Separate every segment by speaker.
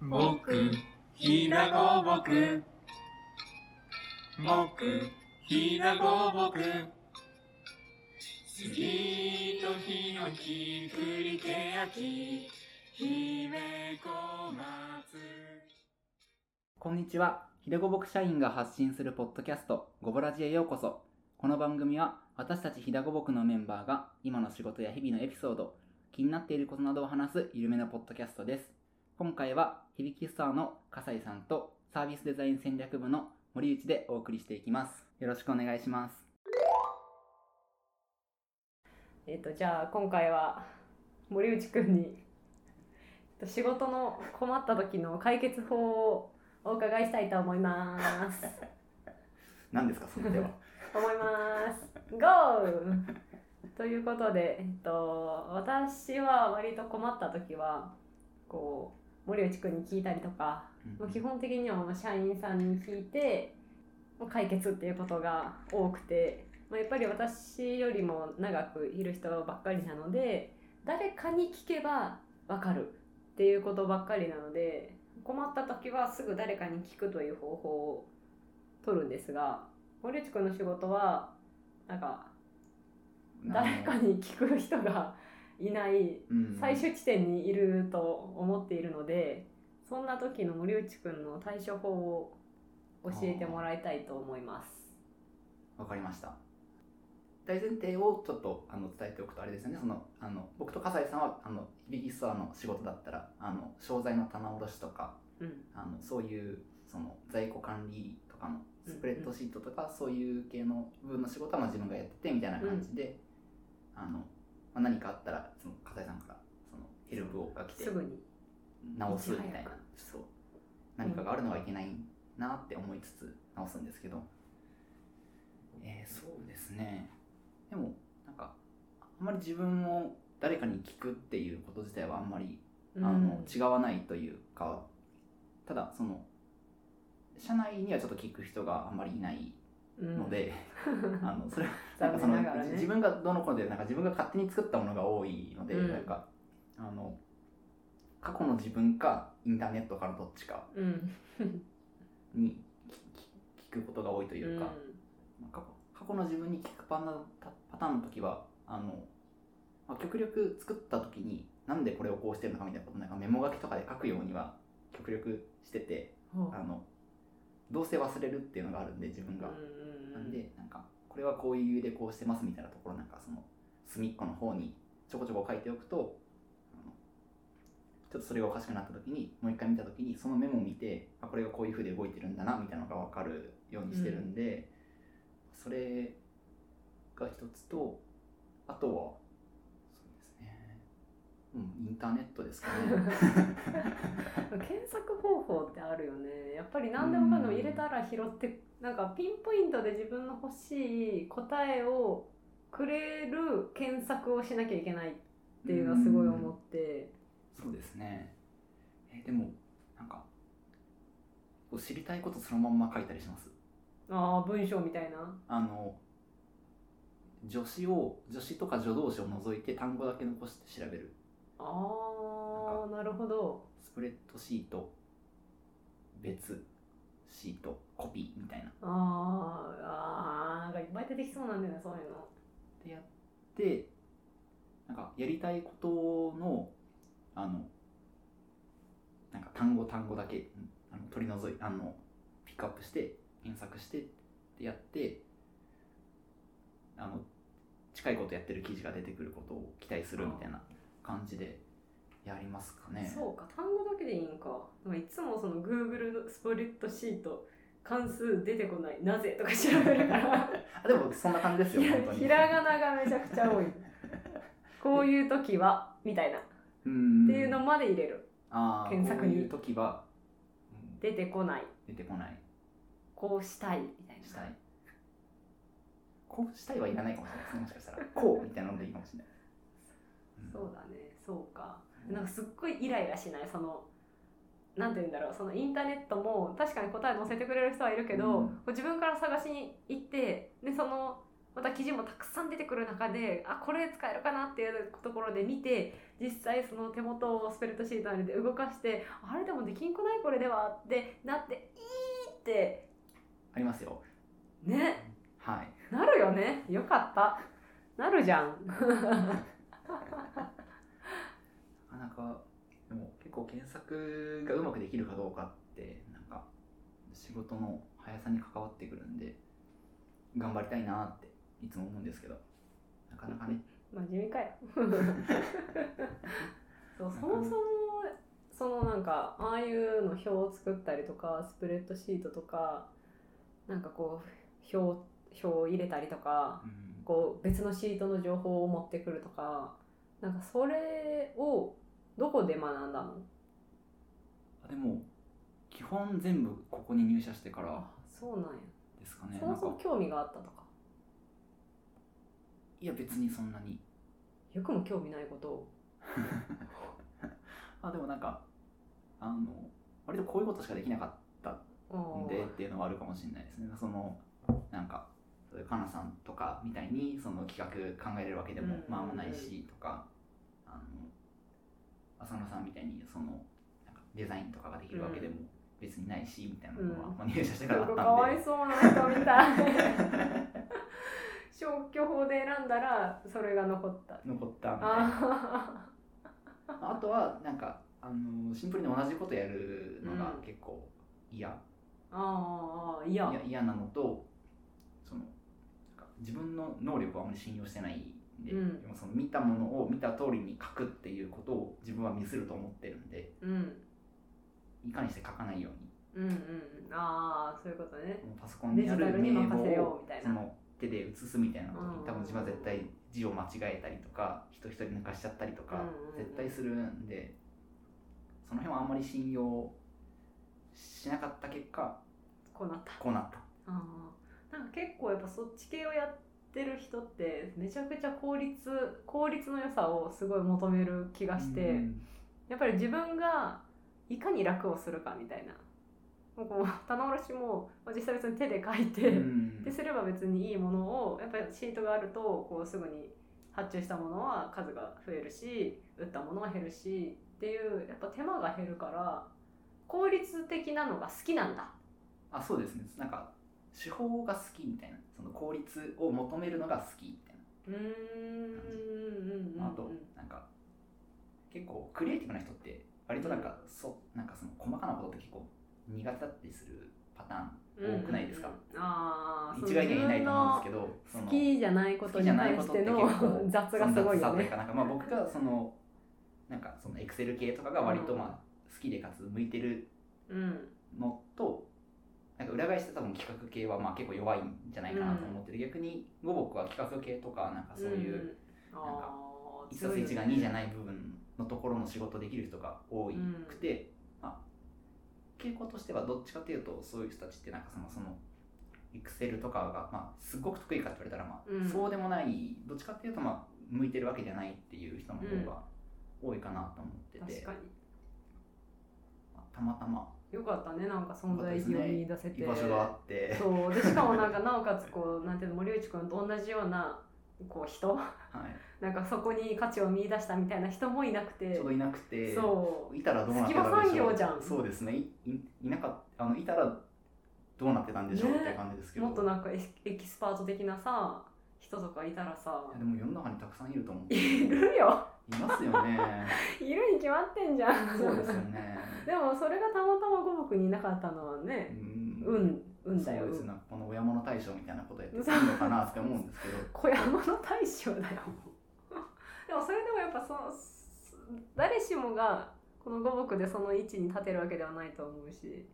Speaker 1: 木ひなごぼく木ひなごぼく杉とヒノキ栗ケヤキ姫小松
Speaker 2: こんにちは。ひでごぼく社員が発信するポッドキャスト、ごぼらじへようこそ。この番組は、私たちひだごぼくのメンバーが、今の仕事や日々のエピソード、気になっていることなどを話す緩めなポッドキャストです。今回は、響きスターの笠井さんと、サービスデザイン戦略部の森内でお送りしていきます。よろしくお願いします。
Speaker 3: えっ、とじゃあ今回は森内くんにえっと仕事の困った時の解決法をお伺いしたいと思います。
Speaker 2: 何ですか、それ では。
Speaker 3: 思います。GO! ということで、えっと、私は割と困った時はこう森内くんに聞いたりとか、まあ、基本的にはもう社員さんに聞いてもう解決っていうことが多くて、まあ、やっぱり私よりも長くいる人ばっかりなので誰かに聞けば分かるっていうことばっかりなので困った時はすぐ誰かに聞くという方法を取るんですが森内くんの仕事はなんか誰かに聞く人がいない
Speaker 2: うん
Speaker 3: 最終地点にいると思っているのでそんな時の森内くんの対処法を教えてもらいたいと思います。
Speaker 2: わかりました。大前提をちょっとあの伝えておくとあれですよね。そのあの僕と笠井さんはあの響きストアの仕事だったらあの商材の棚卸しとか
Speaker 3: うん、
Speaker 2: あのそういうその在庫管理とかのスプレッドシートとか、そういう系の部分の仕事はまあ自分がやっててみたいな感じで、あのまあ、何かあったらその笠井さんからそのヘルプをが来て
Speaker 3: すぐに
Speaker 2: 直すみたい
Speaker 3: いち
Speaker 2: な
Speaker 3: 早く
Speaker 2: そう何かがあるのはいけないなって思いつつ直すんですけど、えーそうですねでもなんかあんまり自分を誰かに聞くっていうこと自体はあんまり、あの違わないというかただその社内にはちょっと聞く人があんまりいない
Speaker 3: うん
Speaker 2: の で、あのそれはなんか
Speaker 3: 残
Speaker 2: その
Speaker 3: 念ながらね
Speaker 2: 自分がどうのこうのでなんか自分が勝手に作ったものが多いので、
Speaker 3: うん
Speaker 2: なんかあの過去の自分かインターネットからどっちか
Speaker 3: うん
Speaker 2: にきき聞くことが多いというか、
Speaker 3: うん
Speaker 2: まあ過去過去の自分に聞くパターンパパターンの時はあの、まあ、極力作った時になんでこれをこうしてるのかみたいなことなんかメモ書きとかで書くようには極力してて
Speaker 3: ほう
Speaker 2: あのどうせ忘れるっていうのがあるんで自分が。
Speaker 3: うん
Speaker 2: なんでなんかこれはこういう理由でこうしてますみたいなところなんかその隅っこの方にちょこちょこ書いておくとあのちょっとそれがおかしくなった時にもう一回見た時にそのメモを見てあこれがこういうふうで動いてるんだなみたいなのが分かるようにしてるんで、それが一つとあとはそうですねうんインターネットですかね
Speaker 3: 検索方法ってあるよねやっぱり何でもかんでも入れたら拾ってなんかピンポイントで自分の欲しい答えをくれる検索をしなきゃいけないっていうのはすごい思って
Speaker 2: そうですね。えーでも、なんか、こう知りたいことそのまんま書いたりします。
Speaker 3: ああ文章みたいな
Speaker 2: あの、助詞を、助詞とか助動詞を除いて単語だけ残して調べる。
Speaker 3: ああなるほど
Speaker 2: スプレッドシート、別、シート、コピーみたいな。
Speaker 3: あーあーなんかいっぱい出てきそうなんだよねそういうの
Speaker 2: でやって、なんか、やりたいことの、あの、なんか単語単語だけあの取り除いあのピックアップして検索してってやってあの近いことやってる記事が出てくることを期待するみたいな感じでやりますかね
Speaker 3: そうか単語だけでいいんかなんかいつもその Google のスプレッドシート関数出てこないなぜとか調べるから
Speaker 2: あでもそんな感じですよ
Speaker 3: いや
Speaker 2: 本当に
Speaker 3: ひらがながめちゃくちゃ多いこういう時はみたいなっ
Speaker 2: うん
Speaker 3: ていうのまで入れる
Speaker 2: あー
Speaker 3: 検索に
Speaker 2: こういう時は、うん
Speaker 3: 出てこない
Speaker 2: 出てこない
Speaker 3: こうしたいみたいな
Speaker 2: したい こうしたいはいらないかもしれないですねもしかしたらこうみたいなのでいいかもしれない、ん
Speaker 3: そうだねそうかなんかすっごいイライラしないそのなんて言うんだろうそのインターネットも確かに答え載せてくれる人はいるけど、
Speaker 2: うん
Speaker 3: こう自分から探しに行ってでその私った記事もたくさん出てくる中であこれ使えるかなっていうところで見て実際その手元をスプレッドシートなりで動かしてあれでもできんくないこれではってなっていいって
Speaker 2: ありますよ
Speaker 3: ね
Speaker 2: はい
Speaker 3: なるよねよかったなるじゃん
Speaker 2: なかなかでも結構検索がうまくできるかどうかってなんか仕事の速さに関わってくるんで頑張りたいなっていつも思うんですけどなかなかね
Speaker 3: 真面目 かよそうそもそもそのなんかああいうの表を作ったりとかスプレッドシートとかなんかこう表表を入れたりとか
Speaker 2: うん
Speaker 3: こう別のシートの情報を持ってくるとかなんかそれをどこで学んだの
Speaker 2: あでも基本全部ここに入社してから
Speaker 3: あそうなんや、
Speaker 2: ですかね
Speaker 3: そもそ
Speaker 2: な
Speaker 3: も
Speaker 2: んか
Speaker 3: 興味があったとか
Speaker 2: いや別にそんなに
Speaker 3: よくも興味ないことを
Speaker 2: あでもなんかあの割とこういうことしかできなかった
Speaker 3: あー
Speaker 2: でっていうのはあるかもしれないですねそのなんかそういうかなさんとかみたいにその企画考えれるわけでも
Speaker 3: うん
Speaker 2: まあもないしとか、あの浅野さんみたいにそのなんかデザインとかができるわけでも別にないしみたいなのは、
Speaker 3: うん
Speaker 2: まあ、入社してから
Speaker 3: な
Speaker 2: あ
Speaker 3: ん
Speaker 2: っ
Speaker 3: か
Speaker 2: た
Speaker 3: かわ
Speaker 2: ん
Speaker 3: い
Speaker 2: で
Speaker 3: そうな人みたい消去法で選んだらそれが残った
Speaker 2: 残ったみたいな
Speaker 3: あ
Speaker 2: あとはなんかあのシンプルに同じことやるのが
Speaker 3: うん
Speaker 2: 結構嫌、
Speaker 3: ーあーいや
Speaker 2: いや嫌なのとそのなんか自分の能力をあまり信用してないんで、
Speaker 3: うん
Speaker 2: でもその見たものを見た通りに書くっていうことを自分はミスると思ってるんで
Speaker 3: うん
Speaker 2: いかにして書かないように
Speaker 3: うんうんああそういうことね
Speaker 2: もうパソコン
Speaker 3: デ
Speaker 2: に
Speaker 3: ジ
Speaker 2: あ
Speaker 3: タ
Speaker 2: る
Speaker 3: ルに
Speaker 2: 名
Speaker 3: 任
Speaker 2: 簿
Speaker 3: せ
Speaker 2: を
Speaker 3: ようみたい
Speaker 2: そ
Speaker 3: な
Speaker 2: の手で写すみたいな時
Speaker 3: うん
Speaker 2: に多分自分は絶対字を間違えたりとか人一人抜かしちゃったりとか
Speaker 3: うん
Speaker 2: 絶対するんでその辺はあんまり信用しなかった結果
Speaker 3: こうなった
Speaker 2: こうなった
Speaker 3: あーなんか結構やっぱそっち系をやってる人ってめちゃくちゃ効率効率の良さをすごい求める気がして、
Speaker 2: う ん
Speaker 3: やっぱり自分がいかに楽をするかみたいなもうこう棚卸しもまあ実際別に手で書いて、
Speaker 2: うん
Speaker 3: ですれば別にいいものをやっぱりシートがあるとこうすぐに発注したものは数が増えるし打ったものは減るしっていうやっぱ手間が減るから効率的なのが好きなんだ。
Speaker 2: あそうですねなんか手法が好きみたいなその効率を求めるのが好きみたいう
Speaker 3: ーんうんうんうんう
Speaker 2: な、
Speaker 3: ん
Speaker 2: あとなんか結構クリエイティブな人って割となんか、そうなんかその細かなことって結構苦手だったりするパターン多くないですか、
Speaker 3: うんうんうんああ
Speaker 2: 一概には言えないと思うんですけどその
Speaker 3: 好きじゃないことに対して
Speaker 2: 好きじゃないことって
Speaker 3: の
Speaker 2: 結構
Speaker 3: 雑がすご
Speaker 2: そ
Speaker 3: いよ
Speaker 2: んな雑さという
Speaker 3: ね。
Speaker 2: かなんかまあ僕がそのなんかそのエクセル系とかが割とまあ好きでかつ向いてる
Speaker 3: うん
Speaker 2: のとなんか裏返して多分企画系はまあ結構弱いんじゃないかなと思ってる、逆に五僕は企画系とかなんかそういう、
Speaker 3: んあ
Speaker 2: なんか
Speaker 3: ー
Speaker 2: 一冊一が2じゃない部分のところの仕事できる人が多くて、まあ、傾向としてはどっちかというとそういう人たちってなんかそのその Excel とかが、まあ、すっごく得意かって言われたら、まあ
Speaker 3: うん
Speaker 2: そうでもないどっちかっていうと、まあ、向いてるわけじゃないっていう人の方が多いかなと思って
Speaker 3: 強いよね
Speaker 2: て、
Speaker 3: 確か
Speaker 2: まあたまたま
Speaker 3: によかったねなんか存在意義を見出せて
Speaker 2: 居場所があって、
Speaker 3: そうでしかもなんかなおかつこうなんていうの森内くんと同じようなこう人
Speaker 2: はい、
Speaker 3: なんかそこに価値を見出したみたいな人もいなくて
Speaker 2: ちょうどいなくて。
Speaker 3: そう
Speaker 2: いたらどうなってたんでし
Speaker 3: 隙間
Speaker 2: ょ
Speaker 3: 産
Speaker 2: う
Speaker 3: 業じゃん
Speaker 2: そうですねいいいなかっあのいたらどうなってたんでしょうっていう感じですけど、
Speaker 3: もっとなんかエキエキスパート的なさ人とかいたらさ
Speaker 2: いやでも世の中にたくさんいると思う
Speaker 3: いるよ
Speaker 2: いますよね
Speaker 3: いるに決まってんじゃん
Speaker 2: そうですよね
Speaker 3: でもそれがたまたま五目にいなかったのは
Speaker 2: う
Speaker 3: ね
Speaker 2: ん
Speaker 3: 運運だよ
Speaker 2: そうですねなんかこの親物大賞みたいなことやって
Speaker 3: そう
Speaker 2: たのかなって思うんですけど
Speaker 3: 小山の大将だよ でもそれでもやっぱそのす誰しもがこの五目でその位置に立てるわけではないと思うし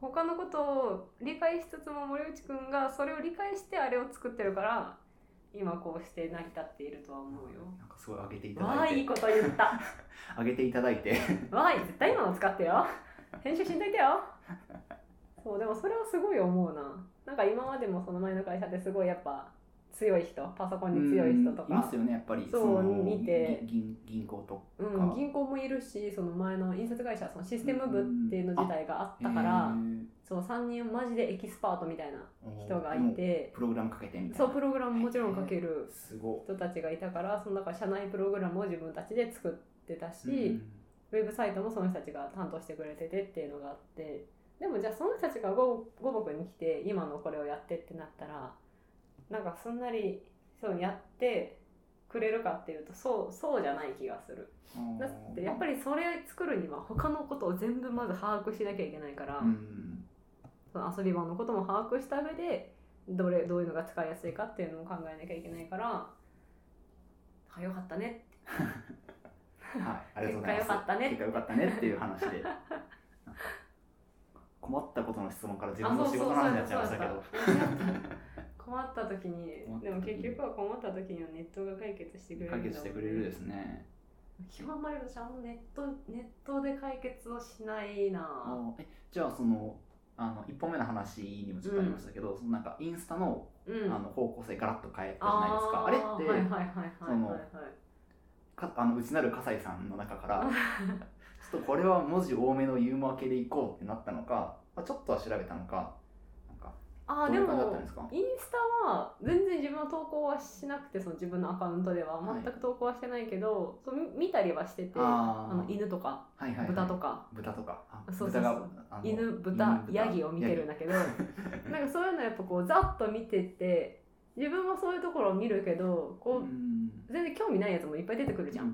Speaker 3: 他のことを理解しつつも森内くんがそれを理解してあれを作ってるから今こうして成り立っているとは思うよ。
Speaker 2: なんかすごい上げていた
Speaker 3: わ
Speaker 2: だ
Speaker 3: あ
Speaker 2: い
Speaker 3: いい
Speaker 2: て
Speaker 3: こと言った。わ
Speaker 2: 上げていただいて
Speaker 3: あ絶対今の使ってよ。編集しんといてよ。そうでもそれはすごい思うな。なんか今までもその前の会社ですごいやっぱ強い人パソコンに強い人とか
Speaker 2: うんいますよねやっぱり
Speaker 3: そう
Speaker 2: の
Speaker 3: 見て
Speaker 2: 銀銀行と
Speaker 3: うん、銀行もいるしその前の印刷会社そのシステム部っていうの自体があったから、そう3人マジでエキスパートみたいな
Speaker 2: へー
Speaker 3: 人がい
Speaker 2: もう
Speaker 3: て、
Speaker 2: プログラムかけてみたいな
Speaker 3: そうプログラムもちろん書ける
Speaker 2: すご
Speaker 3: 人たちがいたからその中社内プログラムを自分たちで作ってたし、
Speaker 2: いうん
Speaker 3: ウェブサイトもその人たちが担当してくれててっていうのがあってでもじゃあその人たちがご五目に来て今のこれをやってってなったらなんかそんなにそうやってくれるかっていうとそうそうじゃない気がする。だってやっぱりそれ作るには他のことを全部まず把握しなきゃいけないから、
Speaker 2: うん
Speaker 3: その遊び場のことも把握した上でどれどういうのが使いやすいかっていうのを考えなきゃいけないから「あよかったね
Speaker 2: はい、ありがとうございます
Speaker 3: 結果良かっ
Speaker 2: 結果良かった
Speaker 3: たね
Speaker 2: ねっていう 話でなんか困ったことの質問から」自分の仕事の話になっちゃいましたけど
Speaker 3: そうそうそうそう 困った時に
Speaker 2: 困った時に
Speaker 3: でも結局は困った時にはネットが解決してくれるんだ
Speaker 2: 解
Speaker 3: もんね
Speaker 2: 決してくれるですね
Speaker 3: 基本マリとちゃんもネットネットで解決をしないな
Speaker 2: あえじゃあそのあの1本目の話にもちょっとありましたけど、そのなんかインスタの
Speaker 3: うん
Speaker 2: あの方向性ガラッと変えたじゃないですか、
Speaker 3: あ
Speaker 2: あれ
Speaker 3: ー
Speaker 2: って、
Speaker 3: はいはいはいはいはいはい
Speaker 2: かあの内なる笠井さんの中から ちょっとこれは文字多めのユーモア系でいこうってなったのか、まあ、ちょっとは調べたのかなんか
Speaker 3: あー
Speaker 2: どう
Speaker 3: で
Speaker 2: いう感じだっ
Speaker 3: も
Speaker 2: たんですか
Speaker 3: インスタは全然自分は投稿はしなくてその自分のアカウントでは
Speaker 2: はい
Speaker 3: 全く投稿はしてないけど、そうみ見たりはしてて
Speaker 2: あー
Speaker 3: の犬とか
Speaker 2: はいはいはい、
Speaker 3: 豚とか、
Speaker 2: 豚とかあ
Speaker 3: そうそうそ
Speaker 2: 豚
Speaker 3: う
Speaker 2: があの
Speaker 3: 犬豚
Speaker 2: 犬
Speaker 3: ヤギを見てるんだけど なんか そういうのやっぱこうざっと見てて自分もそういうところを見るけどこう、
Speaker 2: うん
Speaker 3: 全然興味ないやつもいっぱい出てくるじゃん。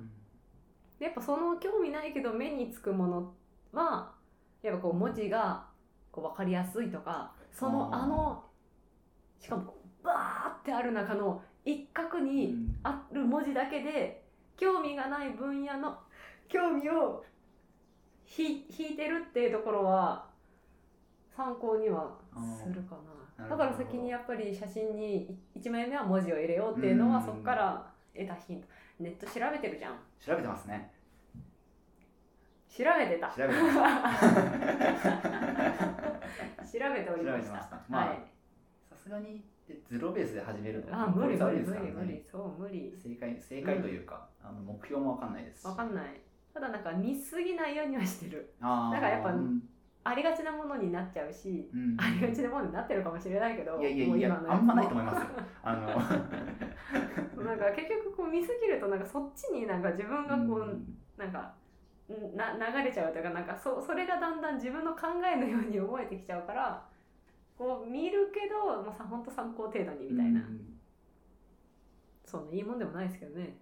Speaker 3: でやっぱその興味ないけど目につくものはやっぱこう文字がこう分かりやすいとかその
Speaker 2: あー
Speaker 3: あのしかもバーってある中の一角
Speaker 2: う
Speaker 3: に
Speaker 2: ん
Speaker 3: ある文字だけで興味がない分野の興味をひ引いてるっていうところは参考にはするか
Speaker 2: あ
Speaker 3: な
Speaker 2: ー
Speaker 3: だから先にやっぱり写真に1枚目は文字を入れようっていうのは
Speaker 2: うん
Speaker 3: そこから得たヒントネット調べてるじゃん
Speaker 2: 調べてます ね
Speaker 3: 調べてた
Speaker 2: 調べてました
Speaker 3: 調べておりま
Speaker 2: 調べ
Speaker 3: してた
Speaker 2: ましたまあ
Speaker 3: はい、
Speaker 2: さすがにでゼロベースで始めるの
Speaker 3: あ無理無
Speaker 2: 効率悪いですから
Speaker 3: 理無理
Speaker 2: ね
Speaker 3: 無理そう無理
Speaker 2: 正解正解というか、あの目標もわかんないですし
Speaker 3: わかんないただなんか見すぎないようにはしてる
Speaker 2: あー
Speaker 3: なんかやっぱ
Speaker 2: うん
Speaker 3: ありがちなものになっちゃうし
Speaker 2: うん
Speaker 3: ありがちなものになってるかもしれないけど
Speaker 2: いやいや
Speaker 3: もう
Speaker 2: い
Speaker 3: 今
Speaker 2: や
Speaker 3: の
Speaker 2: あ
Speaker 3: やつ
Speaker 2: んまないと思いますよ あの
Speaker 3: なんか結局こう見すぎるとなんかそっちになんか自分がこう、
Speaker 2: うん
Speaker 3: なんかんな流れちゃうというかなんかそそれがだんだん自分の考えのように思えてきちゃうからこう見るけど、まあ、さほんと参考程度にみたいな、
Speaker 2: うん
Speaker 3: そんないいもんでもないですけどね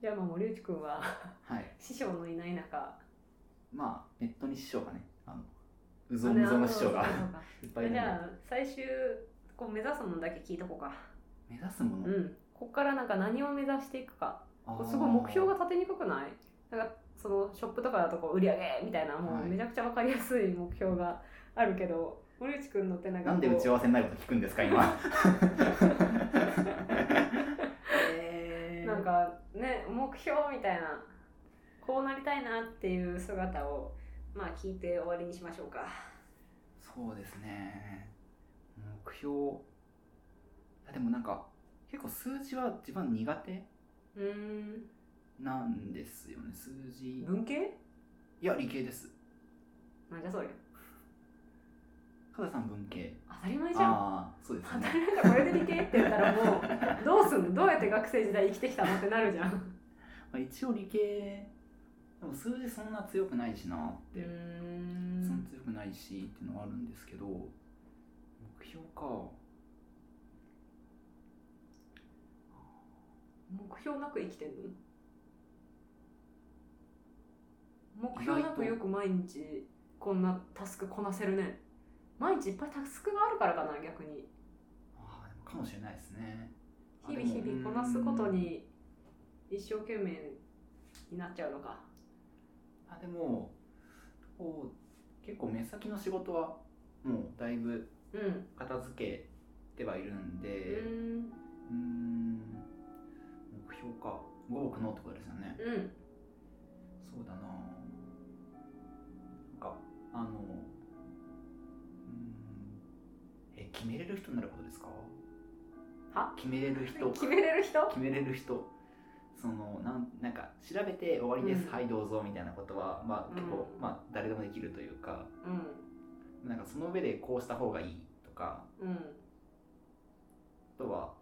Speaker 3: じゃあまあ森内く んは
Speaker 2: はい
Speaker 3: 師匠のいない中
Speaker 2: まあネットに師匠がねあのう
Speaker 3: そ
Speaker 2: ぞうむぞうの師匠が いっぱいいるんで
Speaker 3: じゃあ最終こう目指すものだけ聞いとこうか
Speaker 2: 目指すもの、
Speaker 3: うんこっからなんか何を目指していくか
Speaker 2: あ
Speaker 3: こ
Speaker 2: ー
Speaker 3: うすごい目標が立てにくくないなんかそのショップとかだとこう売り上げみたいなも
Speaker 2: は
Speaker 3: う
Speaker 2: い
Speaker 3: めちゃくちゃ分かりやすい目標があるけど、森内くんのってなんか
Speaker 2: なんで打ち合
Speaker 3: は
Speaker 2: わせにないこと聞くんですか今えー
Speaker 3: なんかね目標みたいなこうなりたいなっていう姿をまあ聞いて終わりにしましょうか
Speaker 2: そうですね目標あでもなんか結構数字は一番苦手
Speaker 3: うーん
Speaker 2: なんですよね数字
Speaker 3: 文系
Speaker 2: いや理系です
Speaker 3: なんじゃそれ
Speaker 2: 加田さん文系
Speaker 3: 当たり前じゃん
Speaker 2: ああそうです
Speaker 3: 当た
Speaker 2: ね
Speaker 3: り前だこれで理系って言ったらもうどうすんのどうやって学生時代生きてきたのってなるじゃん
Speaker 2: まあ、一応理系でも数字そんな強くないしなって、そんな強くないしっていうのはあるんですけど目標か
Speaker 3: 目標なく生きてんの目標なくよく毎日こんなタスクこなせるね毎日いっぱいタスクがあるからかな逆に
Speaker 2: ああでもかもしれないですねあ
Speaker 3: 日々日
Speaker 2: でも
Speaker 3: 々こなすことに一生懸命になっちゃうのか
Speaker 2: あでもこう結構目先の仕事はもうだいぶ
Speaker 3: うん
Speaker 2: 片付けてはいるんで
Speaker 3: うーん
Speaker 2: うーん目標か5億のってことですよね
Speaker 3: うん
Speaker 2: そうだななんかあのうーんえ決めれる人になることですか
Speaker 3: は
Speaker 2: 決めれる人
Speaker 3: 決めれる人
Speaker 2: 決めれる人そのなんなんか調べて終わりです、
Speaker 3: うん
Speaker 2: はいどうぞみたいなことは、まあ、結構、
Speaker 3: うん
Speaker 2: まあ、誰でもできるというか
Speaker 3: うん
Speaker 2: なんかその上でこうした方がいいとか
Speaker 3: うん
Speaker 2: あとは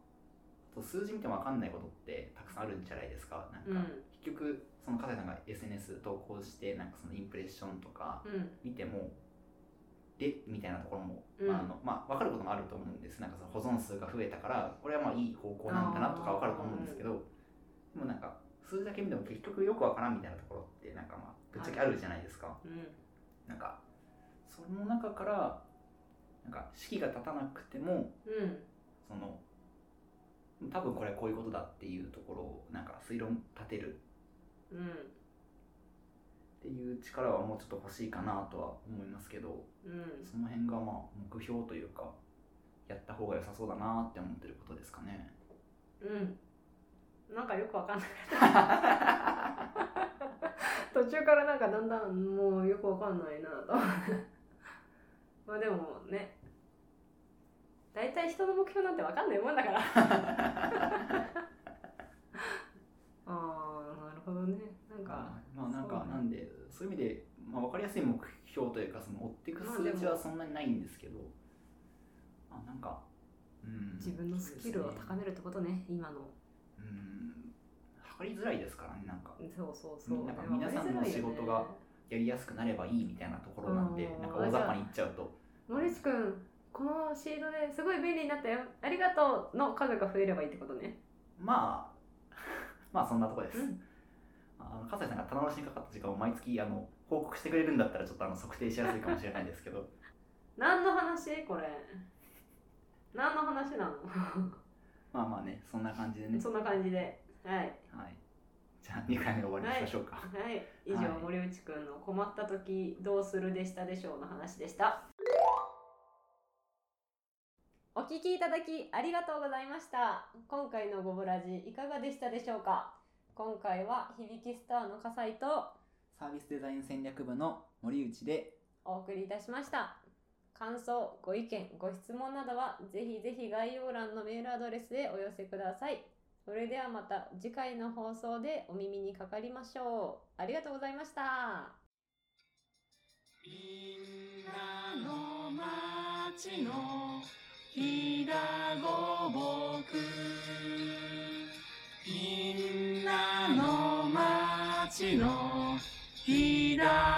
Speaker 2: そう数字見ても分かんないことってたくさんあるんじゃないですかなんか、
Speaker 3: うん
Speaker 2: 結局その笠井さんが SNS 投稿してなんかそのインプレッションとか
Speaker 3: うん
Speaker 2: 見てもでみたいなところも、
Speaker 3: うん
Speaker 2: まああのまあ、分かることもあると思うんですなんかその保存数が増えたからこれはまあいい方向なんだなとか分かると思うんですけどでもなんか数字だけ見ても結局よく分からんみたいなところってなんかまあぶっちゃけあるじゃないですか、
Speaker 3: うん
Speaker 2: なんかその中からなんか式が立たなくても
Speaker 3: うん
Speaker 2: その多分これこういうことだっていうところをなんか推論立てる
Speaker 3: うん
Speaker 2: っていう力はもうちょっと欲しいかなとは思いますけど
Speaker 3: うん
Speaker 2: その辺がまあ目標というかやった方が良さそうだなって思ってることですかね
Speaker 3: うんなんかよくわかんない途中からなんかだんだんもうよくわかんないなとまあでもね大体人の目標なんてわかんないもんだからああなるほどねなんか
Speaker 2: まあなんか
Speaker 3: そうね
Speaker 2: なんでそういう意味で、まあ、分かりやすい目標というかその追っていく数値はそんなにないんですけどあなんか、うん、
Speaker 3: 自分のスキルを高めるってことね今の
Speaker 2: うん測りづらいですからねなんか
Speaker 3: そうそうそう
Speaker 2: なんか皆さんの仕事がやりやすくなればいいみたいなところなんで
Speaker 3: うん
Speaker 2: なんか大雑把にいっちゃうと
Speaker 3: 森内くんこのシードですごい便利になったよありがとうの数が増えればいいってことね
Speaker 2: まあ まあそんなとこです、
Speaker 3: うん
Speaker 2: あの笠井さんが棚卸しにかかった時間を毎月あの報告してくれるんだったらちょっとあの測定しやすいかもしれないですけど
Speaker 3: 何の話これ何の話なの
Speaker 2: まあまあねそんな感じでね、
Speaker 3: そんな感じではい
Speaker 2: はい、じゃあ2回目終わりにしましょうか、
Speaker 3: はい以上、
Speaker 2: はい
Speaker 3: 森内くんの困った時どうするでしたでしょうの話でしたお聞きいただきありがとうございました今回のゴブラジいかがでしたでしょうか今回は響きスターの笠井と
Speaker 2: サービスデザイン戦略部の森内で
Speaker 3: お送りいたしました感想ご意見ご質問などはぜひぜひ概要欄のメールアドレスへお寄せくださいそれではまた次回の放送でお耳にかかりましょうありがとうございました
Speaker 1: みんなの町のひだごぼくみんなの町のひだ